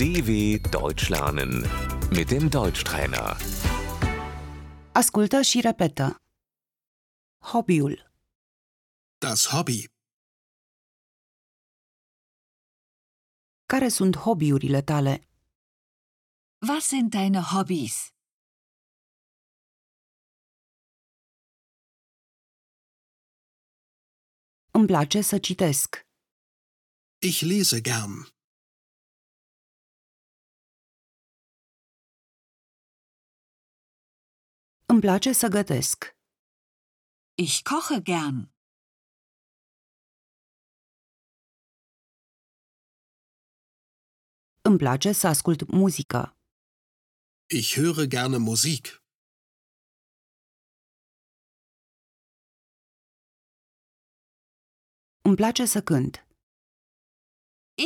DW Deutsch lernen mit dem Deutschtrainer. Ascultă și repetă. Hobby-ul. Das Hobby. Care sunt hobby-urile tale? Was sind deine Hobbys? Îmi place să citesc. Ich lese gern. Îmi place să gătesc. Ich koche gern. Îmi place să ascult muzică. Ich höre gerne Musik. Îmi place să cânt.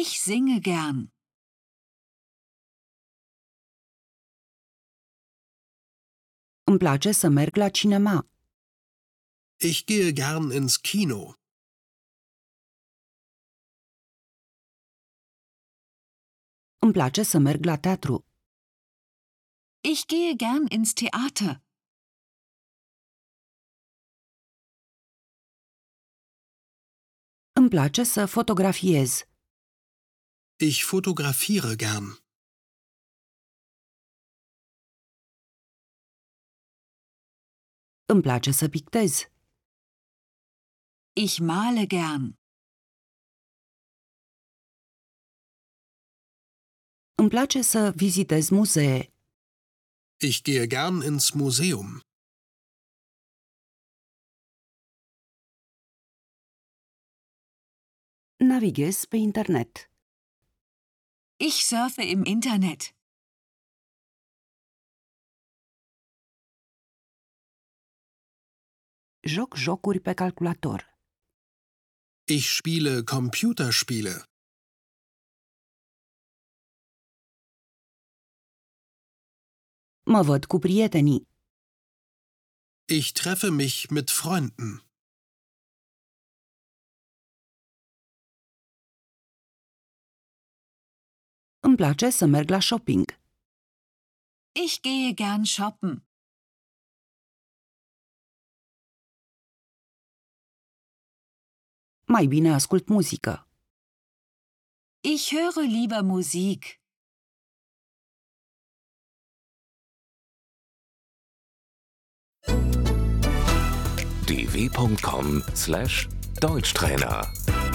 Ich singe gern. Îmi place să merg la cinema. Ich gehe gern ins Kino. Îmi place să merg la teatru. Ich gehe gern ins Theater. Îmi place să fotografiez. Ich fotografiere gern. Îmi place să pictez. Ich male gern. Îmi place să vizitez muzee. Ich gehe gern ins Museum. Navighez pe internet. Ich surfe im Internet. Joc jocuri pe calculator. Ich spiele Computerspiele. Mă văd cu prietenii. Ich treffe mich mit Freunden. Îmi place să merg la shopping. Ich gehe gern shoppen. Mai bine ascult muzică. Ich höre lieber Musik. dw.com/deutschtrainer